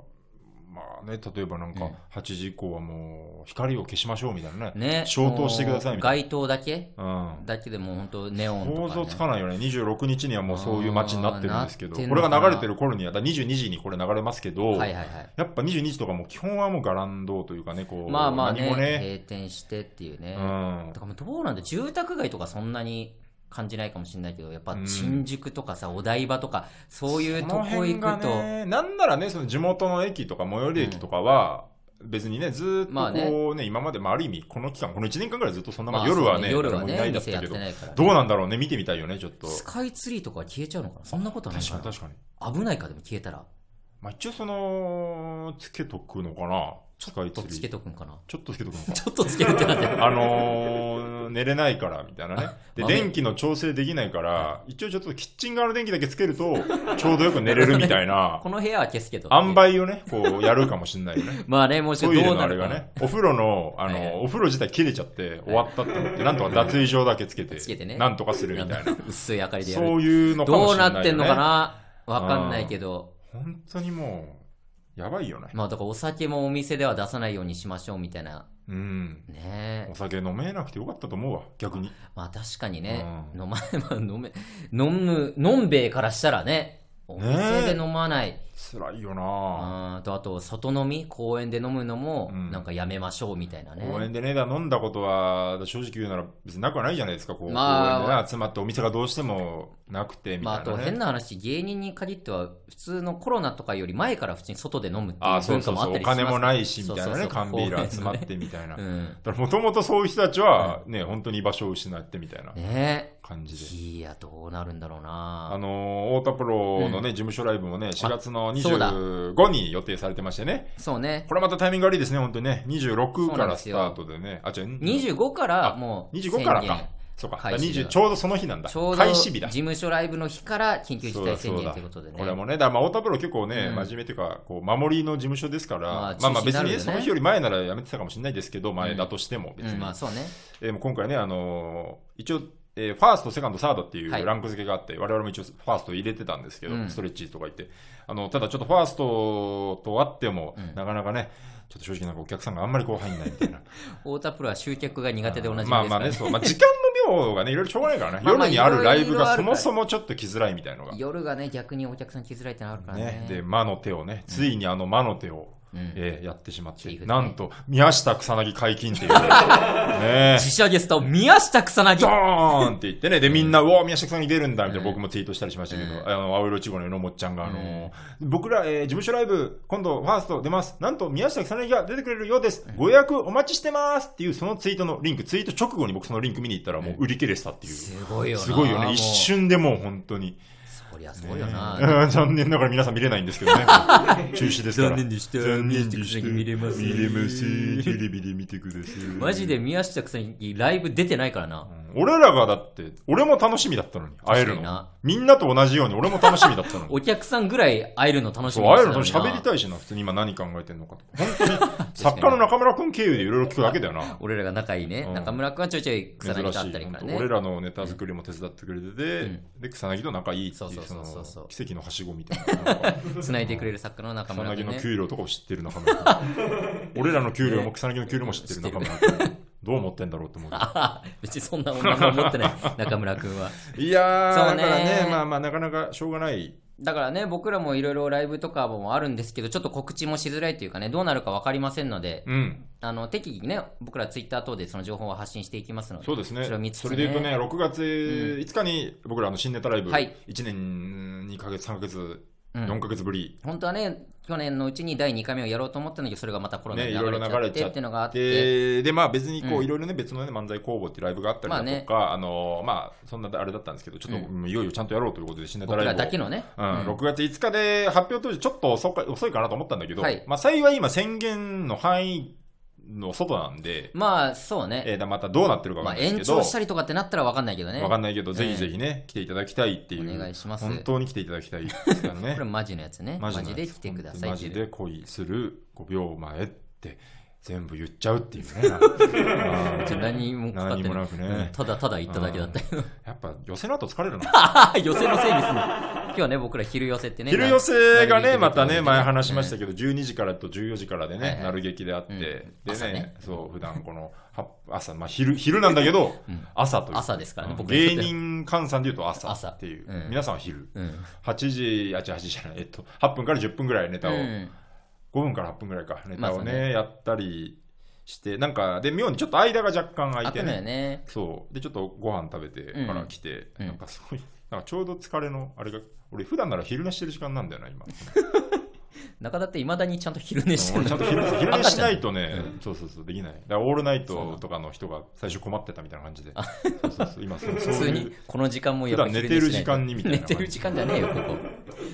B: まあね、例えばなん
A: う
B: か
A: ん、
B: 8時以降はもう、光を消しましょうみたいなね、
A: ね。
B: 消灯してくださいみたい
A: 街灯だけ
B: な。
A: だけでもう本当ネオ
B: う
A: ン
B: ん。
A: と
B: 想
A: か、ね。
B: 像つかないよね。26日にはもうそういう街になってるんですけど、
A: あーなってん
B: こ
A: の
B: れ
A: かな
B: が流れてる頃には、だから22時にこれ流れますけど、
A: はいはいはい。
B: やっぱ22時とかもう基本はもうガランドというかね、こう、
A: まあまあね
B: 何もね、
A: 閉店してっていうね。
B: うん
A: だ。からもうどうなんだ住宅街とかそんなに感じないかもしれないけどやっぱ新宿とかさ、お台場とかそういうとこ行くと、
B: ね、なんならね、その地元の駅とか最寄り駅とかは、別にね、ずーっと
A: まあね
B: こうね、今まで、まあ、ある意味、この期間、この1年間ぐらいずっとそんな、ま
A: ま
B: あ、
A: あ
B: 夜はね、
A: そう夜は
B: 誰もいな
A: ね
B: いだっ
A: 店や
B: た
A: っ
B: け
A: て
B: ど、
A: ないから
B: どうなんだろうね、見てみたいよね、ちょっと。
A: スカイツリーとかは消えちゃうのかなそんなことはない
B: 確
A: か
B: か
A: な
B: に確かに。
A: 危ないかでも消えたら
B: まあ、一応その、つけとくのかな、スカイ
A: ちょ
B: ツ
A: っとつ
B: リ
A: け
B: ー。
A: とくんかな (laughs)
B: ちょっとつけとくのか。
A: ちょっとつけるってなんだよ
B: (laughs) あのー、寝れないから、みた
A: (laughs)
B: いなね。で、
A: 豆
B: 電気の調整できないから、一応ちょっとキッチン側の電気だけつけると、 (laughs) ちょうどよく寝れるみた
A: (laughs)
B: いな
A: こ、の部屋は消すけど
B: 塩梅をね、こう、やるかもしれないよ
A: (laughs)
B: ね。
A: まあねもしど
B: ト
A: う
B: イレの
A: な
B: あれ
A: る
B: が
A: か、
B: ね、お風呂の、あ
A: はいはい
B: の、お風呂自体切れちゃって、終わったって思って、なんとか脱衣所だけつけて、
A: つけてね
B: なんとかするみたいな。
A: (laughs) 薄い明かりでやる
B: そういうのかも
A: ど
B: し
A: う
B: れない、ね。
A: なってんのかなわかんないけど
B: 本当にもう、やばいよね。
A: まあだからお酒もお店では出さないようにしましょうみたいな
B: うん。
A: ねえ
B: お酒飲めなくてよかったと思うわ、逆に。
A: まあ確かにね、
B: うん
A: 飲まない、まあ飲め、飲む、飲んべえからしたらね、お店で飲まない。
B: 辛いよな
A: あーとあと、外飲み、公園で飲むのも
B: う、ん
A: なんかやめましょうみたいなね。
B: 公園でね、だから飲んだことは、正直言うなら別になくはないじゃないですか、こう。
A: まあ
B: 公園でね集まってお店がどうしてもなくて、み
A: まあ、
B: た
A: あ
B: いな、ね。
A: と変な話、芸人に限っては、普通のコロナとかより前から普通に外で飲むってい
B: あ
A: う
B: そ
A: 文
B: う
A: 化
B: そう
A: もあ
B: そ
A: っ
B: う。
A: たり
B: お
A: します
B: 金も
A: い。
B: ないし、みたい
A: そ
B: な
A: うそうそ
B: ね。
A: う
B: 缶ビール集まって、みたいな
A: う。ん。
B: (laughs) だからもともとそういう人たちは、ね、本当に居場所を失ってみたいな
A: ね
B: 感じで。
A: え。いや、どうなるんだろう
B: あ
A: な。
B: のー、太田プロのね、事務所ライブもね、4月の
A: そうだ
B: 25に予定されてましてね。
A: そうね。
B: これまたタイミング悪いですね、本当にね。26
A: そう
B: か
A: なんで
B: ら
A: す
B: ス
A: よ
B: タートでね。あ、じゃあ、
A: 25からもう、
B: 25から
A: 宣
B: か
A: 言。
B: そうか。だか
A: 開
B: ら
A: 始日
B: 20
A: だ
B: ちょうどその日なんだ。
A: ちょうど、
B: 開
A: 事
B: 始日だ。
A: 務所ライブの日から緊急事態宣
B: そう
A: 言
B: だ
A: ということでね。
B: これもね、だからまあ太田プロ結構ね、
A: うん
B: 真面目というか、こう守りの事務所ですから、
A: ま
B: ま
A: あ
B: あま
A: 中止
B: あ
A: に
B: 別
A: なるよ
B: に
A: ね
B: ね、その日より前ならやめてたかもしれないですけど、前だとしても別
A: う
B: に
A: ん、。まあそうね。
B: えーもう今回ね、あのー一応、えーファースト、セカンド、サードってい
A: はいう
B: ランク付けがあって、我々も一応ファースト入れてたんですけど、
A: うん
B: ストレッチーズとか言って、あの、ただちょっとファーストとあっても、
A: うん
B: なかなかね、ちょっと正直なんかお客さんがあんまりこう入んないみ
A: (laughs)
B: たいな。
A: 太田プロは集客が苦手でおなじみですか
B: ま
A: ら、ね、
B: あまあ
A: (laughs)
B: ね、そう。まあ時間の量がね、いろいろしょうがないからね。
A: まあまあ
B: 夜にあるライブ
A: いろいろある
B: が
A: か
B: そ
A: ら
B: もそもちょっと来づらいみたいのが。
A: 夜がね逆にお客さん来づらいってのあるからね
B: ね、で、魔の手をね、ついにあの魔の手を、
A: うん
B: えーやってしまって、
A: 切り札ね
B: なんと、宮下草薙解禁
A: (laughs)
B: っていうね、ね
A: 自社ゲスト宮下草
B: ド
A: 薙
B: ーンって言ってね、で、みんな、うわ、宮下さんに出るんだ、みたいな、
A: うん
B: 僕もツイートしたりしましたけど、
A: うん
B: あの、青色ちごの榎本ちゃんが、あのー僕ら、えー事務所ライブ、今度、ファースト出ます。なんと、宮下草薙が出てくれるようです。ご予約お待ちしてますっていう、そのツイートのリンク、ツイート直後に僕そのリンク見に行ったら、もう売り切れてたっていう。
A: すごいよな
B: すごいよ
A: も
B: ね。
A: う
B: 一瞬でもう本当に。
A: そりゃそうよな、
B: うん (laughs) 残念ながら皆さん見れないんですけど
A: (laughs)
B: ね。中止ですから。
A: 残念でした
B: 残念でした
A: 見れません
B: 見れませんテレビで見てください。
A: マジで宮下草薙ライブ出てないからな、
B: 俺らがだって、俺も楽しみだったのに、会え
A: 確か
B: る
A: に
B: の
A: な。
B: みんなと同じように俺も楽しみだっ
A: (laughs)
B: たのに。
A: お客さんぐらい会えるの楽し
B: そ
A: み
B: う、
A: にして
B: 会える
A: た
B: の
A: にな
B: 喋りたいしな、普通に今何考えてんのかとか。本当に、作家の中村くん経由でいろいろ聞くだけだよな。
A: 俺らが仲いいね、
B: うん
A: 中村君はちょいちょい草
B: 珍しい
A: 薙と会ったりか
B: 本
A: ら
B: 当
A: ね
B: 俺らのネタ作りも手伝ってくれてて、
A: うん
B: で草薙と仲いいってい
A: そう
B: う
A: そうそ
B: その
A: うそう
B: 奇跡のはしごみたいななんか
A: 繋いでくれる作家の中
B: 草
A: 村
B: 薙
A: 君、
B: の
A: ね、
B: 給料とかを知ってる中
A: (laughs)
B: 村君俺らの給料も草薙の給料も知ってる中村君どう思ってんだろ
A: (laughs)
B: うって思うけど
A: 別にそんな女も持って
B: (laughs)
A: ない中村君はい
B: やー
A: そうね
B: だからねまあまあなかなかしょうがない
A: だからね、僕らもいろいろライブとかもあるんですけど、ちょっと告知もしづらいというかね、どうなるか分かりませんので、
B: うん
A: あの適宜ね、僕らツイッター等でその情報を発信していきますので、
B: そうですね
A: それを見つつね
B: それでいうとね6月5日に僕らの新ネタライブ、
A: はい
B: 1年2ヶ月3ヶ月
A: うん
B: 4ヶ月ぶり、
A: 本当はね、去年のうちに第2回目をやろうと思ったんだけど、それがまたコロナ
B: ね、
A: で
B: い
A: 流
B: ろいろ
A: れちゃ
B: 流れ
A: って
B: ちゃ
A: っ
B: って
A: い
B: て
A: うのがあって、
B: でまあ別にこ
A: う
B: うんいろいろね別のね漫才工房っていうライブがあったりだとか、あのまあそんなあれだったんですけどちょっと
A: う
B: もういよいよちゃんとやろうということで新ネタ
A: 僕
B: ライブ
A: ら
B: を
A: だけのね、
B: うん
A: うん
B: 6月5日で発表当時ちょっと遅か遅いかなと思ったんだけど、
A: はい
B: まあ、幸い今宣言の範囲の外なんで、
A: まあ、そうね。
B: えー、だまたどうなってるかわ
A: ま
B: か
A: あ、
B: んないです
A: 延
B: けど、
A: 長したりとかってなったら分かんないけどね。
B: わかんないけど、
A: ね
B: ぜひぜひね、来ていただきたいっていう。
A: お願いします
B: 本当に来ていただきたいですからね。
A: (laughs) これマジのやつね。マジ
B: のやつ
A: で来てください
B: マ
A: ってい
B: ジ
A: う。
B: で恋する5秒前って全部言っちゃうっていうね。なんか
A: (laughs) ちょ何もかかって
B: 何もなくね
A: うんただただ言っただけだったけど。
B: やっぱ寄せの後疲れるな。
A: (laughs) 寄せのせいにする。今日はね、僕ら昼寄せってね。
B: 昼寄せがね、
A: な
B: またね、前話しました
A: け
B: けど、12時からと14時からで
A: はいは
B: ね
A: い、
B: なる劇であって、
A: うん
B: で
A: 朝
B: ね
A: ね、
B: そう、普段この、は朝、まあ昼、昼なんだけど
A: うん、
B: 朝という。
A: 朝ですからね
B: うん
A: 僕にとっ
B: 芸
A: て
B: 人換算で言うと朝
A: 朝
B: っていう
A: う。ん
B: 皆さんは昼。
A: ど。うん。
B: 8時、あ、違う8時じゃない、えっと、8分から10分ぐらいネタを、
A: うん
B: 5分から8分ぐらいか、ネタ
A: ま
B: を
A: あそう
B: ね、やったりして、なんか、で、妙にちょっと間が若干空
A: あ
B: い
A: ってたのよ
B: ね。
A: ね。
B: そう。で、ちょっとご飯食べてから来て、
A: うん
B: なんかすごい、なんかちょうど疲れの、あれが、俺普段なら昼寝してる時間なんだよな、今。
A: 中田っていまだにちゃんと昼寝して
B: 俺
A: る
B: ちゃんと昼寝昼寝しないとね
A: 赤ちゃん、
B: そうそうそう、できない。だからオールナイ
A: そうな
B: ト
A: の
B: とかの人が最初困ってたみたいな感じで。そうそうそう今、そうそう
A: 普通
B: い
A: に
B: う。
A: この時間もやっぱ
B: 普段寝てる時間にみたいな
A: 寝てる時間じゃねえよ、ここ。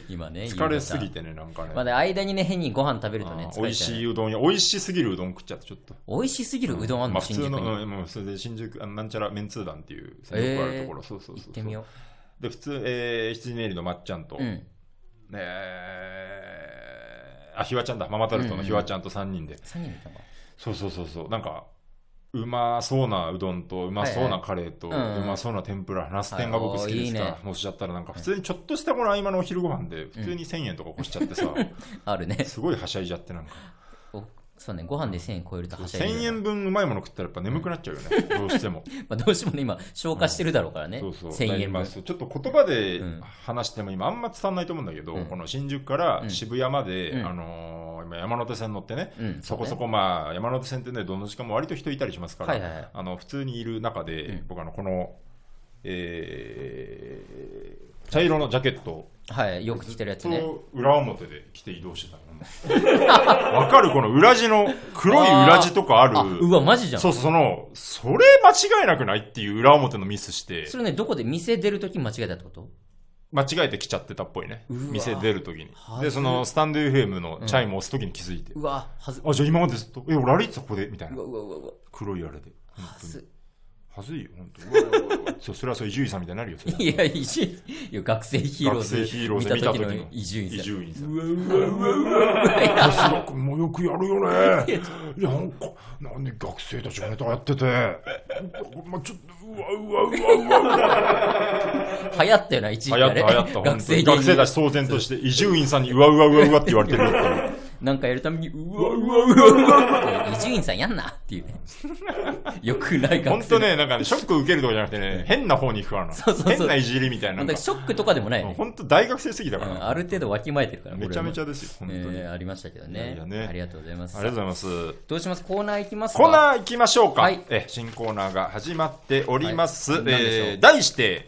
A: 今ね。
B: 疲れすぎ
A: て。
B: てね、なんかね。
A: まあね、間にね、変にご飯食べるとね、
B: あー
A: 疲
B: 美
A: れ
B: 味
A: ちゃう
B: し
A: ね。
B: いうどん屋、美味しすぎるうどん食っちゃって、ちょっと。
A: 美味しすぎるうどんあん
B: ま
A: の、
B: あ普
A: 新
B: 通
A: 宿に。
B: の、
A: 行
B: うん、もうそれで新宿、あのなんちゃらメンツー団っていう、それよくあるところ、そうそうそうそう。
A: ってみよ
B: で、普通、えー、羊ネイリのまっちゃんと、
A: う。うん。
B: えーあ、ひわちゃんだ、ママタルトのひわちゃんと3人で、
A: 三人いたのか
B: そうそうそうそう、なんか、うまそうなうどんと、うまそうなカレーと、
A: はいはいうん
B: うまそうな天ぷら、ナス天が僕好きですから、
A: はいおーいいね
B: もうしちゃったら、なんか普通にちょっとしたこの合間のお昼ご飯で、普通に1000円とか越しちゃっ
A: (laughs)
B: てさ、
A: あるね。
B: すごいはしゃいじゃって、なんか、
A: おそうね、ご飯で1000円超えると (laughs) はしゃいで
B: 1000
A: る
B: 円分うまいもの食ったらやっぱ眠くなっちゃう
A: (laughs)
B: よね、どうしても。
A: まあ、どうしてもね、今、消化してるだろうからね。
B: そうそう
A: 1000円
B: ま
A: 分
B: あ。そうちょっと言葉で
A: うん
B: 話しても今あんま伝わんないと思うんだけど、
A: うん
B: この新宿から渋谷まで、
A: うん
B: あのー今山手線乗ってね、
A: うん
B: そこそ
A: そう
B: こまあ山手線ってねどの時間も割と人いたりしますから、
A: はいはいはい
B: あの普通にいる中で、
A: うん
B: 僕あのこの、えー茶色のジャケット
A: はい、よく着てるやつね。
B: と裏表で着て移動してたの (laughs) わかるこの裏地の黒い裏地とかある
A: あ、うわ、マジじゃん。
B: そうそうそのそれ間違いなくないっていう裏表のミスして
A: それね、どこで店出るとき間違えたってこと
B: 間違えて来ちゃってたっぽいね。
A: うわ
B: 店出るときに
A: は。ず
B: で、その、スタンド FM のチャイムを押すときに気づいて。
A: うわ、はず。うわ、
B: あ、じゃあ今までずっと、え、俺歩いてたここでみたいうな
A: わ。、うわ、うわ。
B: 黒いあれで。
A: はず。
B: はずいよ、本当うわうわうわそう、それはそう、伊集院さんみたいになるよ。それ
A: いや、伊集院いや、学生ヒーロー
B: 学生ヒーロー
A: ズ
B: で
A: 見
B: 見
A: た
B: た
A: 時
B: 時
A: の
B: の
A: 伊集院
B: 伊
A: さん。
B: 集院さん。
A: うわ、うわ、うわ、うわ。いや
B: すごくもうよくやるよね。いや、なんか、なんで学生たちがネタやってて。まあ、ちょっと、うわうわうわうわ。
A: 流行ったよな、一時
B: 流
A: 期
B: 行
A: あ
B: った
A: れ。
B: 流行っ
A: 学
B: た、本当
A: 生
B: に。
A: 芸
B: 学生
A: 人
B: たち騒然として、伊集院さんにうわうわうわうわって言われてるよっていう。
A: なんかやるために、うわ、うわ、うわ、うわ。伊集院さんやんなっていうね。 (laughs) よくない
B: 本
A: 学生。
B: 当ね、なんかね、ショック受けるとかじゃなくてね、変な方に行くからな。
A: そうそうそう
B: 変ないじりみたい
A: 本
B: な。な
A: 当
B: ん
A: に
B: か
A: ショックとかでもないよね。
B: 本当大学生すぎだ
A: う
B: か
A: ん
B: ら
A: ある程度わきまえてるから、
B: な。めちゃめち
A: ゃ、
B: ゃですよ、本当に。
A: えーありましたけど
B: いや
A: ね
B: いやね
A: ありがとうございます。
B: ありがとうございます。
A: どうしますコーナーいきますか
B: コーナー行きましょうか。
A: はい
B: え新コーナーが始まっております。
A: はい何でしょう
B: えー題して、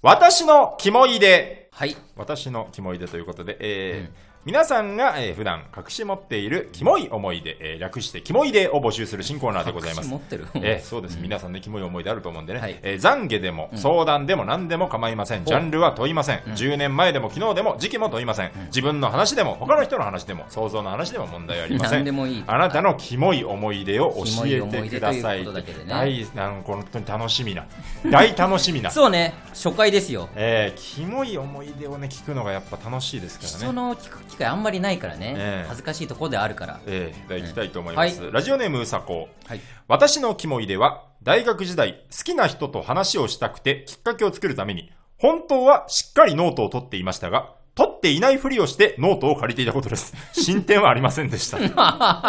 B: 私のキモいで。
A: はい。
B: 私のキモいでということで、えー
A: うん
B: 皆さんが、えー普段隠し持っているキモい思い出、えー略してキモいでを募集する新コーナーでございま
A: 私
B: す
A: 持。ってる。
B: (laughs) ええ、そうです、皆さんね、キモい思い出あると思うんでね、
A: はい
B: えー懺悔でも、相談でも何でも構いません、ジャンルは問いません、10年前でも昨日でも時期も問いません、自分の話でも、他の人の話でも、想像の話でも問題はありません、
A: 何でもいい
B: あなたのキモい思い出を教
A: キモい
B: え
A: 思い
B: て
A: 出と
B: くだ
A: いう
B: さい、
A: ことだけでね
B: 大なんか本当に楽しみな、大楽し
A: (laughs)
B: みな、
A: そうね、初回ですよ。
B: えーキモい思い出をね、聞くのがやっぱ楽しいですからね。
A: 人の聞く機会あんまりないからね、
B: ええ
A: 恥ずかしいところであるから。
B: ええ、では行きたいと思います。ラジオネームうさこう。
A: はい。
B: 私のキモいでは、大学時代、好きな人と話をしたくてきっかけを作るために、本当はしっかりノートを取っていましたが、取っていないふりをしてノートを借りていたこと
A: (laughs)
B: です。進展はありませんでした。
A: (laughs)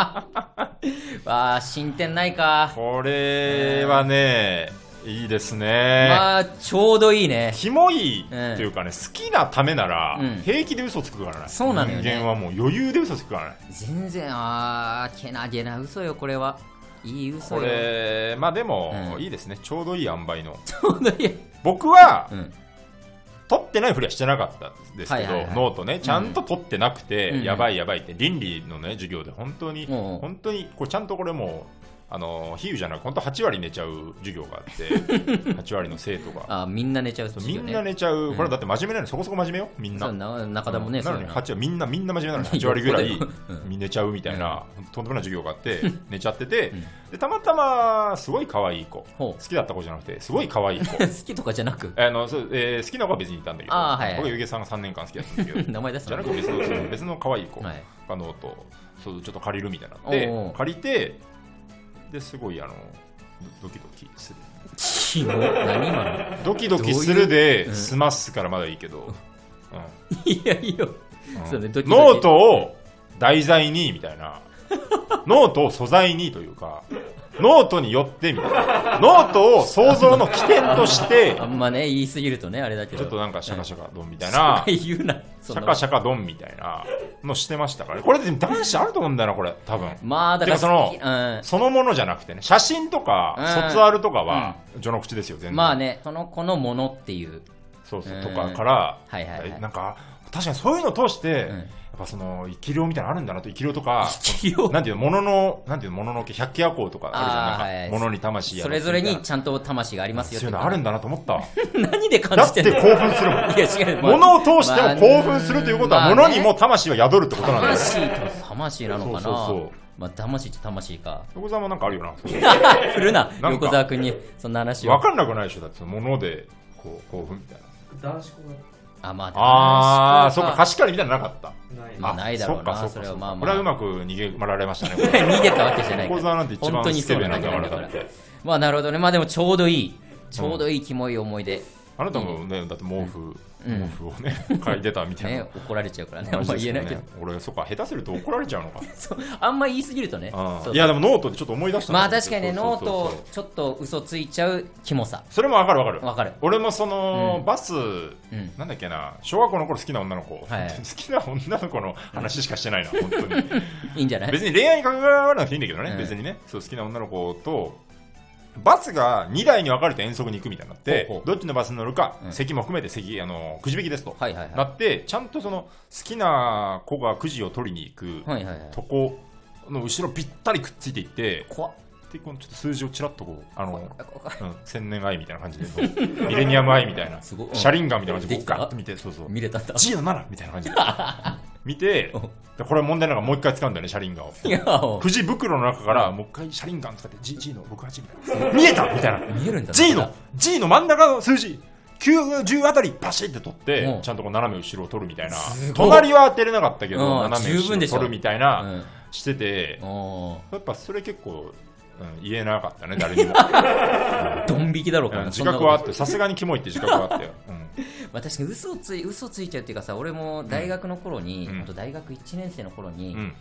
A: わあ、進展ないか。
B: これはね、いいですね。
A: まあ、ちょうどいいね。
B: キモいっていうかね、好きなためなら
A: うん、
B: 平気で嘘つくからね。
A: そうなのよね
B: 人間はもう余裕で嘘つくからね。
A: 全然、あー、けなげな嘘よ、これは。いい嘘
B: こ
A: よ。
B: れ、まあでも、
A: うん
B: いいですね。ちょうどいい塩梅の。
A: ちょうどいい。
B: 僕は
A: う、ん。
B: 取ってないふりはしてなかったんです
A: は
B: けど、
A: いはいはい
B: ノートね、ちゃんと取ってなくて、
A: うん
B: やばいやばいって、倫理のね、授業で本当に、
A: うん
B: 本当にこうちゃんとこれもう、あの比喩じゃなく本当8割寝ちゃう授業があって
A: (laughs)
B: 8割の生徒が
A: あみんな寝ちゃう
B: そうみんな寝ちゃう、これだって真面目なのそこそこ真面目よみんな
A: そうな中田もね
B: な
A: そう
B: の
A: や
B: に
A: な
B: 8割みんなみんな真面
A: (laughs)
B: 目なのに8割ぐらい
A: 横
B: みんな寝ちゃうみたいな、とんでもない授業があって
A: (laughs)
B: 寝ちゃってて、
A: ん
B: でたまたますごい可愛い子
A: ほ
B: 好
A: う (laughs)
B: きだった子じゃなくてすごい可愛い子
A: 好きとかじゃなく (laughs)
B: あのそうえー好きな子は別にいたんだけど、
A: あーはいはい
B: 僕はゆげさんが3年間好きだったんだけ
A: (laughs)
B: ど
A: 名前出し
B: じ
A: た
B: ゃなくて別のその別の可愛い子
A: は
B: が
A: い
B: ノートそうちょっと借りるみたいになって
A: おうおう
B: 借りてですごいあのドキドキす
A: (laughs)
B: る
A: 昨日何今の
B: ドキドキする
A: どうい
B: で
A: ううん
B: 済ますからまだいい
A: (laughs)
B: けど、う
A: いやいいよ
B: んうん
A: そうねドキドキ
B: ノートを題材にみた
A: (laughs)
B: いなノートを素材にというかノートによってみたいなノートを想像の起点として
A: (laughs) あんまね言いすぎるとねあれだけど
B: ちょっとなんかシャカシャカドンみたいな
A: (laughs) 言うな
B: シ
A: そん
B: ャ
A: な
B: カシャカドンみたいなのしてましたからねこれでも男子あると思うんだよなこれ多分
A: まあだから
B: てかその
A: 好きうん
B: そのものじゃなくてね写真とか
A: うん
B: 卒アルとかは序の口ですよ全然
A: まあねその子のものっていう
B: そうそう
A: うん
B: とかから
A: はいはいはい
B: なんか確かにそういうのを通して、
A: うん
B: やっぱその生き量みたいなのあるんだなと生き量と
A: (laughs)
B: か
A: 生き量
B: なんていうのもののなんていうのもののけ百鬼夜行とかあるじゃん
A: あー
B: な
A: は
B: ん
A: い
B: かものに魂や
A: そ
B: ら
A: れ
B: せ
A: ぞ
B: みた
A: れ
B: いな
A: にちゃんと魂がありますよ
B: そういうのあるんだなと思
A: (laughs)
B: った
A: 何で感
B: だ
A: じ
B: って
A: てん
B: 興
A: の
B: 奮
A: (laughs)
B: するもん
A: いや違うもう
B: 物を通して
A: まあ
B: も興奮するということは、
A: まあね
B: 物にも魂は宿るってことなんだ
A: (laughs)
B: よ。
A: 魂と魂なのかな
B: そうそうそう
A: まあ魂と魂か (laughs)
B: 横澤もなんかあるよな。
A: 振るな
B: か
A: 横澤君にそんな話を
B: わかんなくないでしょ、だってその物でこう興奮みたいな。
C: 男子校
A: あま
B: あ
A: あ
B: あ、そっか、貸し借りみたいなのなかった。
C: がない
A: まあないだろうな
B: あっかっか
A: それはまあまあ
B: これはうまく逃げ回られまし
A: (laughs)
B: たね。これ
A: 逃げたわけじゃないか
B: 横澤なんて一
A: 本
B: 番
A: 当に
B: ス
A: そ
B: ケ
A: う
B: ベ
A: な
B: な
A: だ
B: ん
A: けな
B: だか
A: ん
B: ら
A: だか
B: だ
A: ら
B: って。
A: まあなるほどねまあでもちょうどいいちょうどいいキモい思い出
B: あなたもね、だって毛布、
A: うん
B: 毛布をね、嗅いでたみたい
A: ね
B: な。
A: 怒られちゃうからねあん
B: 話
A: ま
B: です
A: 言え
B: よ
A: ないけど
B: ね。俺、そっか、下手すると怒られちゃうのか。
A: そう (laughs) あんま言いすぎるとね
B: あー
A: そう
B: いや、でもノートでちょっと思い出したん
A: まあ
B: だ
A: 確
B: け
A: か
B: ど
A: にね
B: そう
A: ノー
B: そうそうそう
A: トちょっと嘘ついちゃうキモさ
B: それもわかるわかる。
A: わかる
B: 俺もその、
A: うん
B: バス、
A: ん
B: なんだっけな小学校の頃好きな女の子、
A: はい
B: (laughs) 好きな女の子の話しかしてないな、本当に
A: いいんじゃない
B: 別に恋愛に関わらなくていいんだけどね、
A: うん
B: 別にねそう好きな女の子とバスが2台に分かれて遠足に行くみたいになって
A: ほうほう
B: どっちのバスに乗るか、
A: うん
B: 席も含めて席あのくじ引きですと、
A: はいはい
B: な
A: は
B: ってちゃんとその好きな子がくじを取りに行
A: い
B: く、
A: はいはいはい
B: とこの後ろぴったりくっついていって
A: 怖っ
B: でこのちょっと数字をちらっとこうあの、
A: 怖っ怖っ
B: うん、千年愛みたいな感じで、 (laughs) ミレニアム愛みたいな、
A: (laughs) すごいうん
B: 車輪ガンみたいな感じで、
A: で
B: 僕
A: きた
B: ガッと見て、そうそう、
A: 見れたんだ
B: G の7みたいな感
A: (laughs)
B: じで、見て
A: うん、
B: でこれ問題なのがもう一回使うんだよね、車輪ガンを。
A: いやお
B: くじ袋の中から、もう一回車輪ガン使って、G, G の68みたいな。見えたみたいな。
A: 見えるんだ
B: G の、G の真ん中の数字。9、10あたりパシって取って、
A: うん
B: ちゃんとこう斜め後ろを取るみたいな
A: すごい
B: 隣は当てれなかったけど、
A: うん
B: 斜め
A: 十
B: 後
A: 分
B: ろ
A: でしょ
B: 取るみたいうな、
A: ん
B: してて、
A: お
B: やっぱそれ結構、うん、言えなかった
A: (laughs)
B: ね誰にも
A: ードン引きだろうか
B: うん
A: な
B: 自
A: そんな
B: 覚はあってさすがにキモいって自覚はあったよ、うん
A: まあ、確かに嘘つい嘘ついちゃうっていうかさ俺も大学の頃に、
B: うん
A: ほんと大学1年生の頃に、
B: うん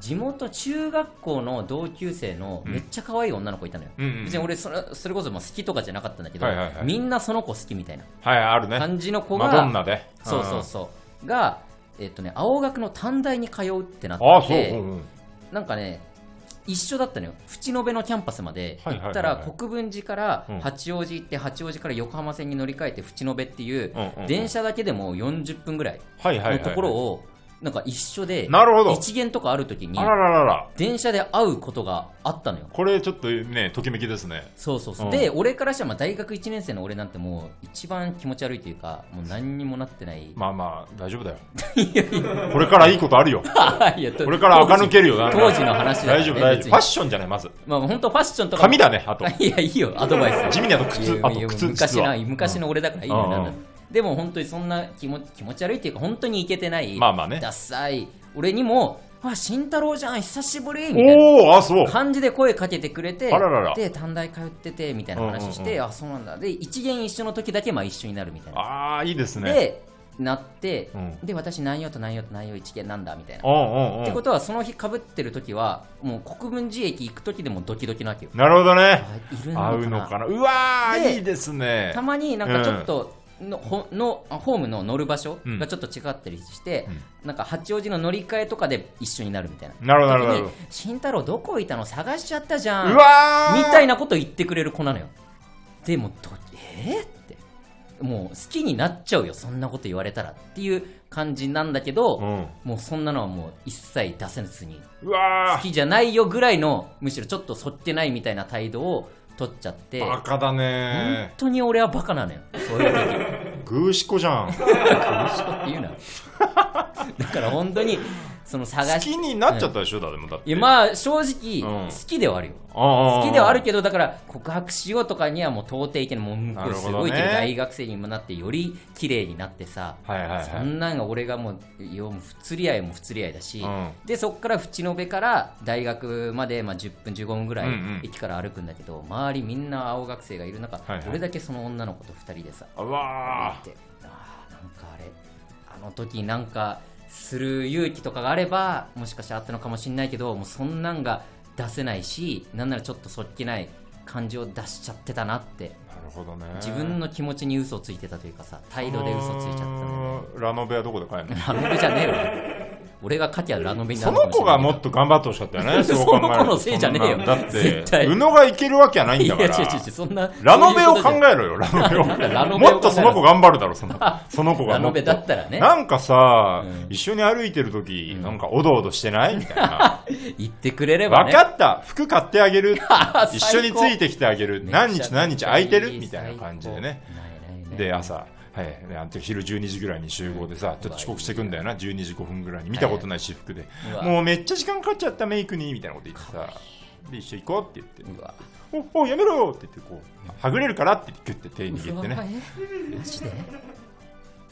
A: 地元中学校の同級生のめっちゃ可愛い女の子いたのよ、
B: うんうん
A: 別に俺それそれこそまあ好きとかじゃなかったんだけど、
B: はいはいはい
A: みんなその子好きみたいな
B: はい、あるね。
A: 感じの子が、
B: マドンナで。
A: そうそうそうが、えっとね、青学の短大に通うってなっ
B: うん。ああ、
A: て
B: そう。
A: て
B: うんうん
A: なんかね一緒だったのよ淵野辺のキャンパスまで
B: はい
A: 行
B: はいはいはい
A: ったら国分寺から
B: うん
A: 八王子行って八王子から横浜線に乗り換えて淵野辺っていう
B: うんうんうん
A: 電車だけでも40分ぐらい
B: はいはいはい。
A: のところをなんか一緒で
B: なるほど
A: 一元とかある時に
B: あらららら。
A: 電車で会うことがあったのよ
B: これちょっとね、ときめきですね。
A: そうそうそう、
B: うん
A: で俺からしたらまあ大学1年生の俺なんてもう一番気持ち悪いというかもう何にもなってない、
B: まあまあ、大丈夫だよ。これからいいことあるよ。
A: いや
B: これから垢抜けるよ。
A: 当
B: な
A: 時 (laughs)
B: んか
A: 当時の話だから、
B: 大
A: ね、
B: 丈夫、大丈
A: 別
B: 夫。
A: に
B: ファッションじゃない、まず。
A: まあ本当ファッションとかも
B: 髪だね、あと。
A: いやいいよアドバイス
B: 地味にあと靴
A: い、や
B: あ
A: い
B: と
A: や
B: 靴、
A: 昔
B: 靴
A: な
B: は。
A: 昔の俺だからいいよ、
B: うん
A: なんだでも本当にそんな気持ち気持ち悪いっていうか本当にいけてない、
B: まあまあね
A: ダサい俺にも「あ慎太郎じゃん久しぶり」みたいな
B: おおあ、そう。
A: 感じで声かけてくれて
B: あららら
A: で短大通っててみたいな話して、
B: うん
A: あそうなんだで一元一緒の時だけまあ一緒になるみたいな
B: ああ、いいですね。
A: でなって、
B: うん
A: で私何曜と何曜と何曜一元なんだみたいな
B: う
A: っ
B: んうんう
A: てこ
B: ん。
A: とはその日かぶってる時はもう国分寺駅行く時でもドキドキなわけよ
B: なるほどね。
A: あいるのかな
B: 合うのかな。うわー、
A: で
B: いいですね
A: た。まになんかちょっとの、ほのあホームの乗る場所がちょっと違ったりして、なんか八王子の乗り換えとかで一緒になるみたいな
B: なるほど、なるほどなる
A: 時に慎太郎どこいたの探しちゃったじゃ
B: ほど。
A: ん
B: うわー
A: みたいなこと言ってくれる子なのよでもどえー、ってもう好きになっちゃうよそんなこと言われたらっていう感じなんだけど、
B: うん。
A: もうそんなのはもう一切出せずに
B: うわ
A: 好きじゃないよぐらいのむしろちょっとそってないみたいな態度を取っちゃって
B: ー、バカだ
A: 本
B: ね
A: 当に俺はバカなのよそういう時
B: ー。グーシコじゃん。好
A: 嘘って言うなだから本当にその探し
B: きになっちゃったでしょ、だってもうだって。
A: いやまあ正直
B: うん
A: 好きではあるよ
B: あー、
A: 好きではあるけどだから告白しようとかにはもう到底いけないもう向こ
B: なる
A: うす
B: ほど
A: ご
B: ね
A: いけど大学生にもなってより綺麗になってさ
B: はいはいはい。
A: そんなんが俺がもうよ不釣り合いも不釣り合いだし、
B: うん
A: でそこから淵野辺から大学まで、まあ、10分15分ぐらい
B: うんうん
A: 駅から歩くんだけど、周りみんな青学生がいる中、
B: はいはい
A: 俺だけその女の子と2人でさ
B: うわ
A: ってあーなんかあれあの時なんかする勇気とかがあればもしかしたらあったのかもしれないけどもうそんなんが出せないしなんならちょっとそっけない感じを出しちゃってたなって
B: ー。なるほどね。
A: 自分の気持ちに嘘ついてたというかさ態度で嘘ついちゃったんだよね
B: た。ラノベはどこで買えるの
A: ラノベじゃねえわ。俺が勝てばラノベにな
B: (laughs) そ
A: るか
B: の
A: しれ
B: 子
A: ない
B: がもっと頑張ってほしかったよ
A: (laughs)
B: ね、
A: そ
B: そ
A: の
B: う
A: 子
B: 考え
A: の
B: ると
A: せいじゃねえよ
B: そんなだっ
A: 絶
B: て、
A: 対
B: 宇野がいけるわけはないん
A: いや
B: だ
A: 違
B: か
A: う違
B: ら。
A: う違う、そんな。
B: ラノベを考
A: そういう
B: えろよ、ラノベ
A: ラノベ
B: を。
A: を考えろ
B: もっとその子頑張るだろ、その
A: (laughs)
B: その子
A: ことじゃないラ
B: がも
A: ノ
B: っと。
A: ベだったらね、
B: なんかさ、
A: うん
B: 一緒に歩いてるとき、
A: うん
B: なんかおどおどしてな
A: (laughs)
B: いみたいな。
A: 言ってくれれば
B: わ
A: ね。
B: かった服買ってあげる
A: (laughs) 最高
B: 一緒についてきてあげる
A: めちゃ
B: 何
A: めち
B: 日
A: ゃ
B: 何日空いてる
A: い
B: みたいな感じで
A: 最
B: ね。。
A: 高ないないない
B: で、朝、はい、であの昼12時ぐらいに集合でさ、ちょっと遅刻してくんだよな、12時5分ぐらいに。見たことない私服で。
A: うわ
B: もうめっちゃ時間かかっちゃったメイクに、みたいなこと言ってさ。で、一緒行こうって言っ
A: うわ
B: て、お、お、やめろよって言って、こう、はぐれるからって言って、ギュッて手に握ってね。
A: えマジで
B: で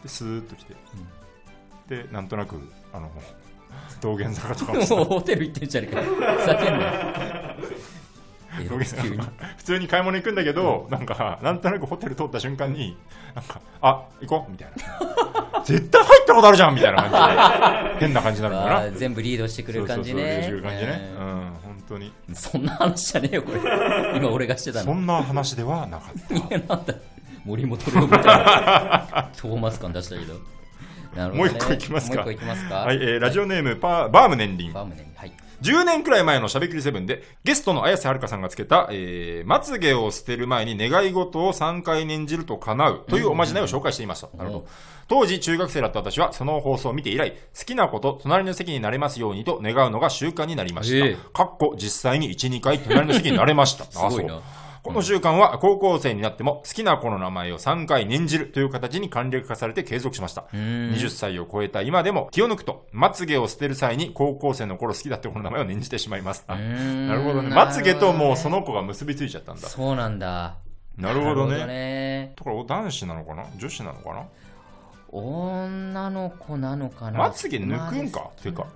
B: スーッと来て、でなんとなくあの道玄坂とか
A: (laughs)
B: もさ
A: もうホテル行ってんじゃねえか。ふざけんなよ。
B: (laughs)
A: え
B: 道玄坂
A: 急に。
B: 普通に買い物行くんだけど、なんかなんとなくホテル通った瞬間になんかあ行こうみたいな絶対入ったことあるじゃんみたいな感
A: (laughs)
B: じで変な感じになるんだ
A: あ
B: な
A: ー全部リードしてくれる感じね。
B: そうそうそうそういう感じね、
A: え
B: うん
A: ー
B: 本当に
A: そんな話じゃねえよ、これ。今俺がしてたの
B: そ。んな話ではなかった
A: いやなん (laughs) だ森本龍みたいな
B: (laughs)
A: トーマス感出したけどなるほどね
B: もう一個いきますか
A: もう一個いきますか
B: はい、えーラジオネーム、パーバーム年輪
A: バームネにはい
B: 10年くらい前のしゃべくりセブンで、ゲストの綾瀬はるかさんがつけた、えー、まつげを捨てる前に願い事を3回念じると叶うというおまじないを紹介していました。なるほ
A: うん
B: ど。当時中学生だった私は、その放送を見て以来、好きなこと、隣の席になれますようにと願うのが習慣になりました。
A: ええ
B: かっこ実際に1、2回隣の席になれました。
A: (laughs) すごいな
B: あそうこの習慣は高校生になっても好きな子の名前を3回念じるという形に簡略化されて継続しました。
A: ん
B: 20歳を超えた今でも気を抜くと、まつげを捨てる際に高校生の頃好きだった子の名前を念じてしまいます。あな
A: な
B: るほどね。まつげともうその子が結びついちゃったんだ。
A: そうなんだ
B: なるほど
A: なるほど
B: ね。
A: ね
B: だからお男子なのかな女子なのかな
A: 女の子なのかな
B: まつげ抜くんかてか、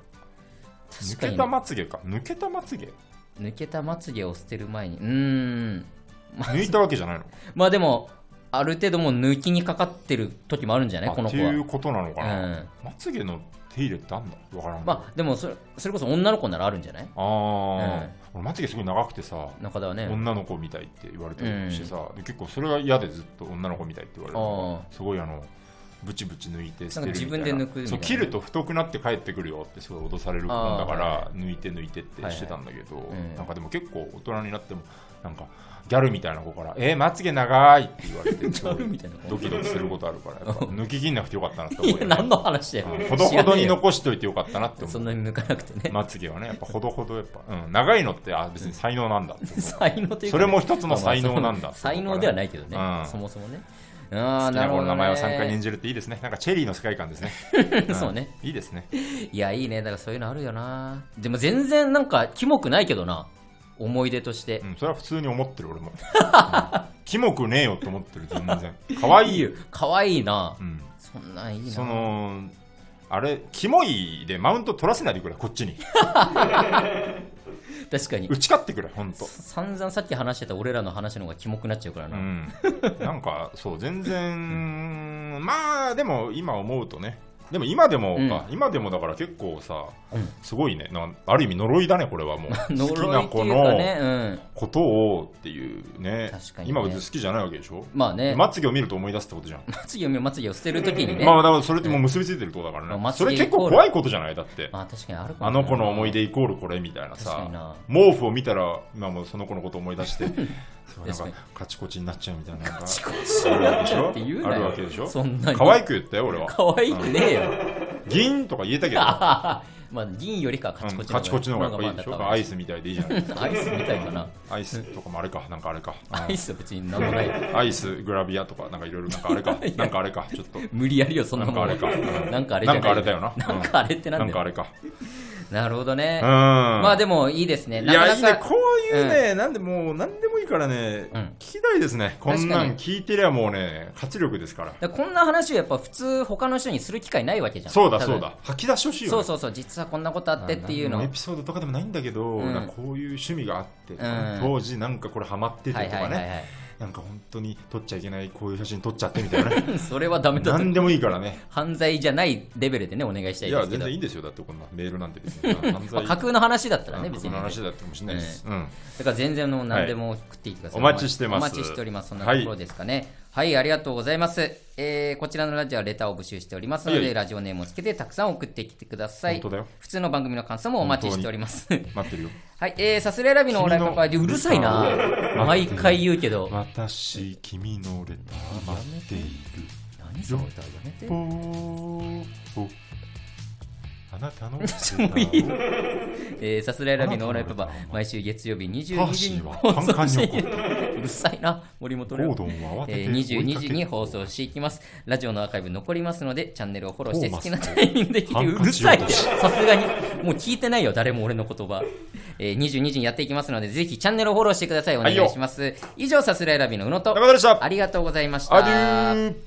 A: 確
B: 抜
A: か
B: け
A: に
B: たまつげか。抜けたまつげ
A: 抜けたまつげを捨てる前にうーん
B: 抜いたわけじゃないの
A: まあでもある程度もう抜きにかかってる時もあるんじゃないこ
B: あ
A: の
B: って
A: 子は
B: いうことなのか
A: う
B: な、
A: ん
B: まつげの手入れってあんのわからん。あ
A: まあでもそれそれこそ女の子ならあるんじゃない
B: あー、俺まつげすごい長くてさ、
A: 中田はね
B: 女の子みたいって言われたりしてさ、で結構それが嫌でずっと女の子みたいって言われるの
A: ああ
B: すごいあのブチブチ抜いて捨て
A: なん
B: る
A: か
B: みた
A: 自
B: いな
A: 分で抜くみたいな
B: そう切ると太くなって帰ってくるよってすごい脅されるもんだから、抜いて抜いてってしてたんだけど、
A: はいはいうん
B: なんかでも結構大人になってもなんかギャルみたいな子から「えー、まつげ長い」って言われてすごい
A: ギャルみたいな子
B: ドキドキすることあるからやっぱ
A: (laughs)
B: 抜き切んなくてよかったなって思う
A: い
B: よ
A: や、
B: ね
A: 何の話だよ
B: うん。ほどほどに
A: 知
B: 残しておいてよかったなっ
A: らねえよ
B: て思
A: そん
B: う
A: なに抜かなくてね。 (laughs)
B: まつげはねやっぱほどほどやっぱ、うん、長いのってあ別に才能なんだって思う
A: 才能というかね
B: それも一つの才能なん
A: ま
B: だ
A: あ才能ではないけどね
B: う。ん
A: そもそもね。ああ、
B: 好き
A: な
B: な
A: る
B: 子
A: ほど
B: の
A: ね。
B: 名前を3回念じるっていいですね。なんかチェリーの世界観ですね。ん
A: (laughs) そうね。
B: いいですね。
A: いや、いいね。だからそういうのあるよな。でも全然なんか、キモくないけどな。思い出として
B: う。ん、それは普通に思ってる俺
A: (laughs)
B: も。うんキモくねえよって思ってる、全然。可愛いよ。。
A: 可愛いな
B: う。ん。
A: そんなんいいな。
B: その、あれ、キモいでマウント取らせないでくれ、こっちに。
A: 確かに
B: 打。ち勝ってくれ、ほん
A: (laughs)
B: と。
A: 散々さっき話してた俺らの話の方がキモくなっちゃうから
B: う
A: な。
B: ん。なんか、そう、全然、まあ、でも今思うとね、でも今でも
A: うん
B: か、今でもだから結構さ、
A: うん
B: すごいねなんある意味呪いだねこれはもう好き
A: 呪
B: ない
A: って
B: 子
A: いうか
B: の
A: ね、うん、
B: ことをっていうね
A: 確かにね
B: 今別に好きじゃないわけでしょ、
A: まあね、ま
B: まつげを見ると思い出すってことじゃん、
A: つげを見まつげを捨てるときにね、ま
B: まあ
A: あ、
B: だからそれってもう結びついてるってことだからね、
A: まつげ
B: それ結構怖いことじゃないだって
A: 確かにあるかも
B: あの子の思い
A: 出
B: 出イコールこれみたいな
A: 確か
B: さ
A: にな
B: 毛布を見たら今もうその子のことを思い
A: (laughs)
B: 出してそうなん
A: 確か
B: か
A: に
B: カチコチになっちゃうみたいななんか
A: (laughs) ちこちになっちゃうって言うなよ
B: あるわけでしょ
A: そんなに
B: 可愛く言ったよ俺は
A: 可愛くねえよ
B: 銀とか言えたけど
A: (laughs) まあ銀よりかはカチ
B: う
A: コ
B: ん
A: チ
B: カチコチの方がやっぱいいでし
A: まだ
B: ょ
A: まだ
B: アイスみたいでいいじゃない
A: (laughs) アイスみたいかな
B: アイスとかもあれかなんかあれかうん
A: アイ (laughs) スは別に何もない
B: アイスグラビアとかなんかいろいろなんかあ
A: (laughs)
B: れかなんかあれかちょっと
A: 無理やりよそんなもん
B: なんかあれか
A: なんかあれじゃ
B: なんかあれだよな
A: なんかあれって
B: うん
A: な
B: なんん
A: だ
B: かあ
A: よ
B: れか
A: なるほどね
B: うんま
A: まあでもいいですね
B: い
A: なか
B: やいい
A: な
B: ね
A: か
B: こういうねなんでもうなんでもいいからね
A: うん
B: 聞きたいですねこんな
A: 確か
B: ん
A: に
B: 聞いてりゃもうね活力ですから
A: だからこんな話をやっぱ普通他の人にする機会ないわけじゃん
B: そうだ
A: 多分
B: そうだ吐き出してほしいよね
A: そうそうそう実はこんなことあってっていうの
B: あエピソードとかでもないんだけど、
A: うん
B: なんかこういう趣味があって、
A: ん
B: 当時なんかこれハマっててとか
A: は
B: ね、
A: いはいはいはい
B: なんか本当に撮っちゃいけないこういう写真撮っちゃってみたいなね
A: (laughs) それはダメだ
B: 何でもいいからね
A: 犯罪じゃないレベルでねお願いした
B: い
A: いで
B: や
A: すけ
B: 全
A: ど
B: 然いいんですよだってこんなメールなんて別に犯
A: まあ
B: 罪
A: 架空の話だったらね
B: 韓
A: 別
B: 国
A: に
B: の
A: ね
B: 話だったかもしれないです、うん
A: だから全然の何でも送っていってください、
B: はいお待ちしてます
A: お待ちしておりますそんなところですかねはい、ありがとうございます、えーこちらのラジオはレターを募集しておりますので
B: いえいえ
A: ラジオネームをつけてたくさん送ってきてください
B: 本当だよ
A: 普通の番組の感想もお待ちしております
B: 待ってるよ
A: (laughs) はい、えー、さすらいラビのオーライパパでうるさい
B: (laughs)
A: な毎回言うけど
B: 私君のレター待っている
A: 何その歌やめて
B: ぽーぽあなたの
A: (laughs)
B: レタ
A: もういい
B: ーを
A: えー、さすらいラビのオーライパパ毎週月曜日22時に
B: パーシーは
A: 放 (laughs) 送してい
B: カンカンに怒
A: るうるさいな森本
B: ゴ
A: レオ
B: ードンは慌てて
A: えー
B: 追いかけ
A: 22時に放送していきます。ラジオのアーカイブ残りますので、チャンネルをフォローして好きなタイミングで聞いて、うるさいって、さすがに、もう聞いてないよ、誰も俺の言葉。えー、22時にやっていきますので、ぜひチャンネルをフォローしてください。お願いします。以上、さすらい選びの宇野と
B: 中、田でした
A: ありがとうございました。
B: アデュー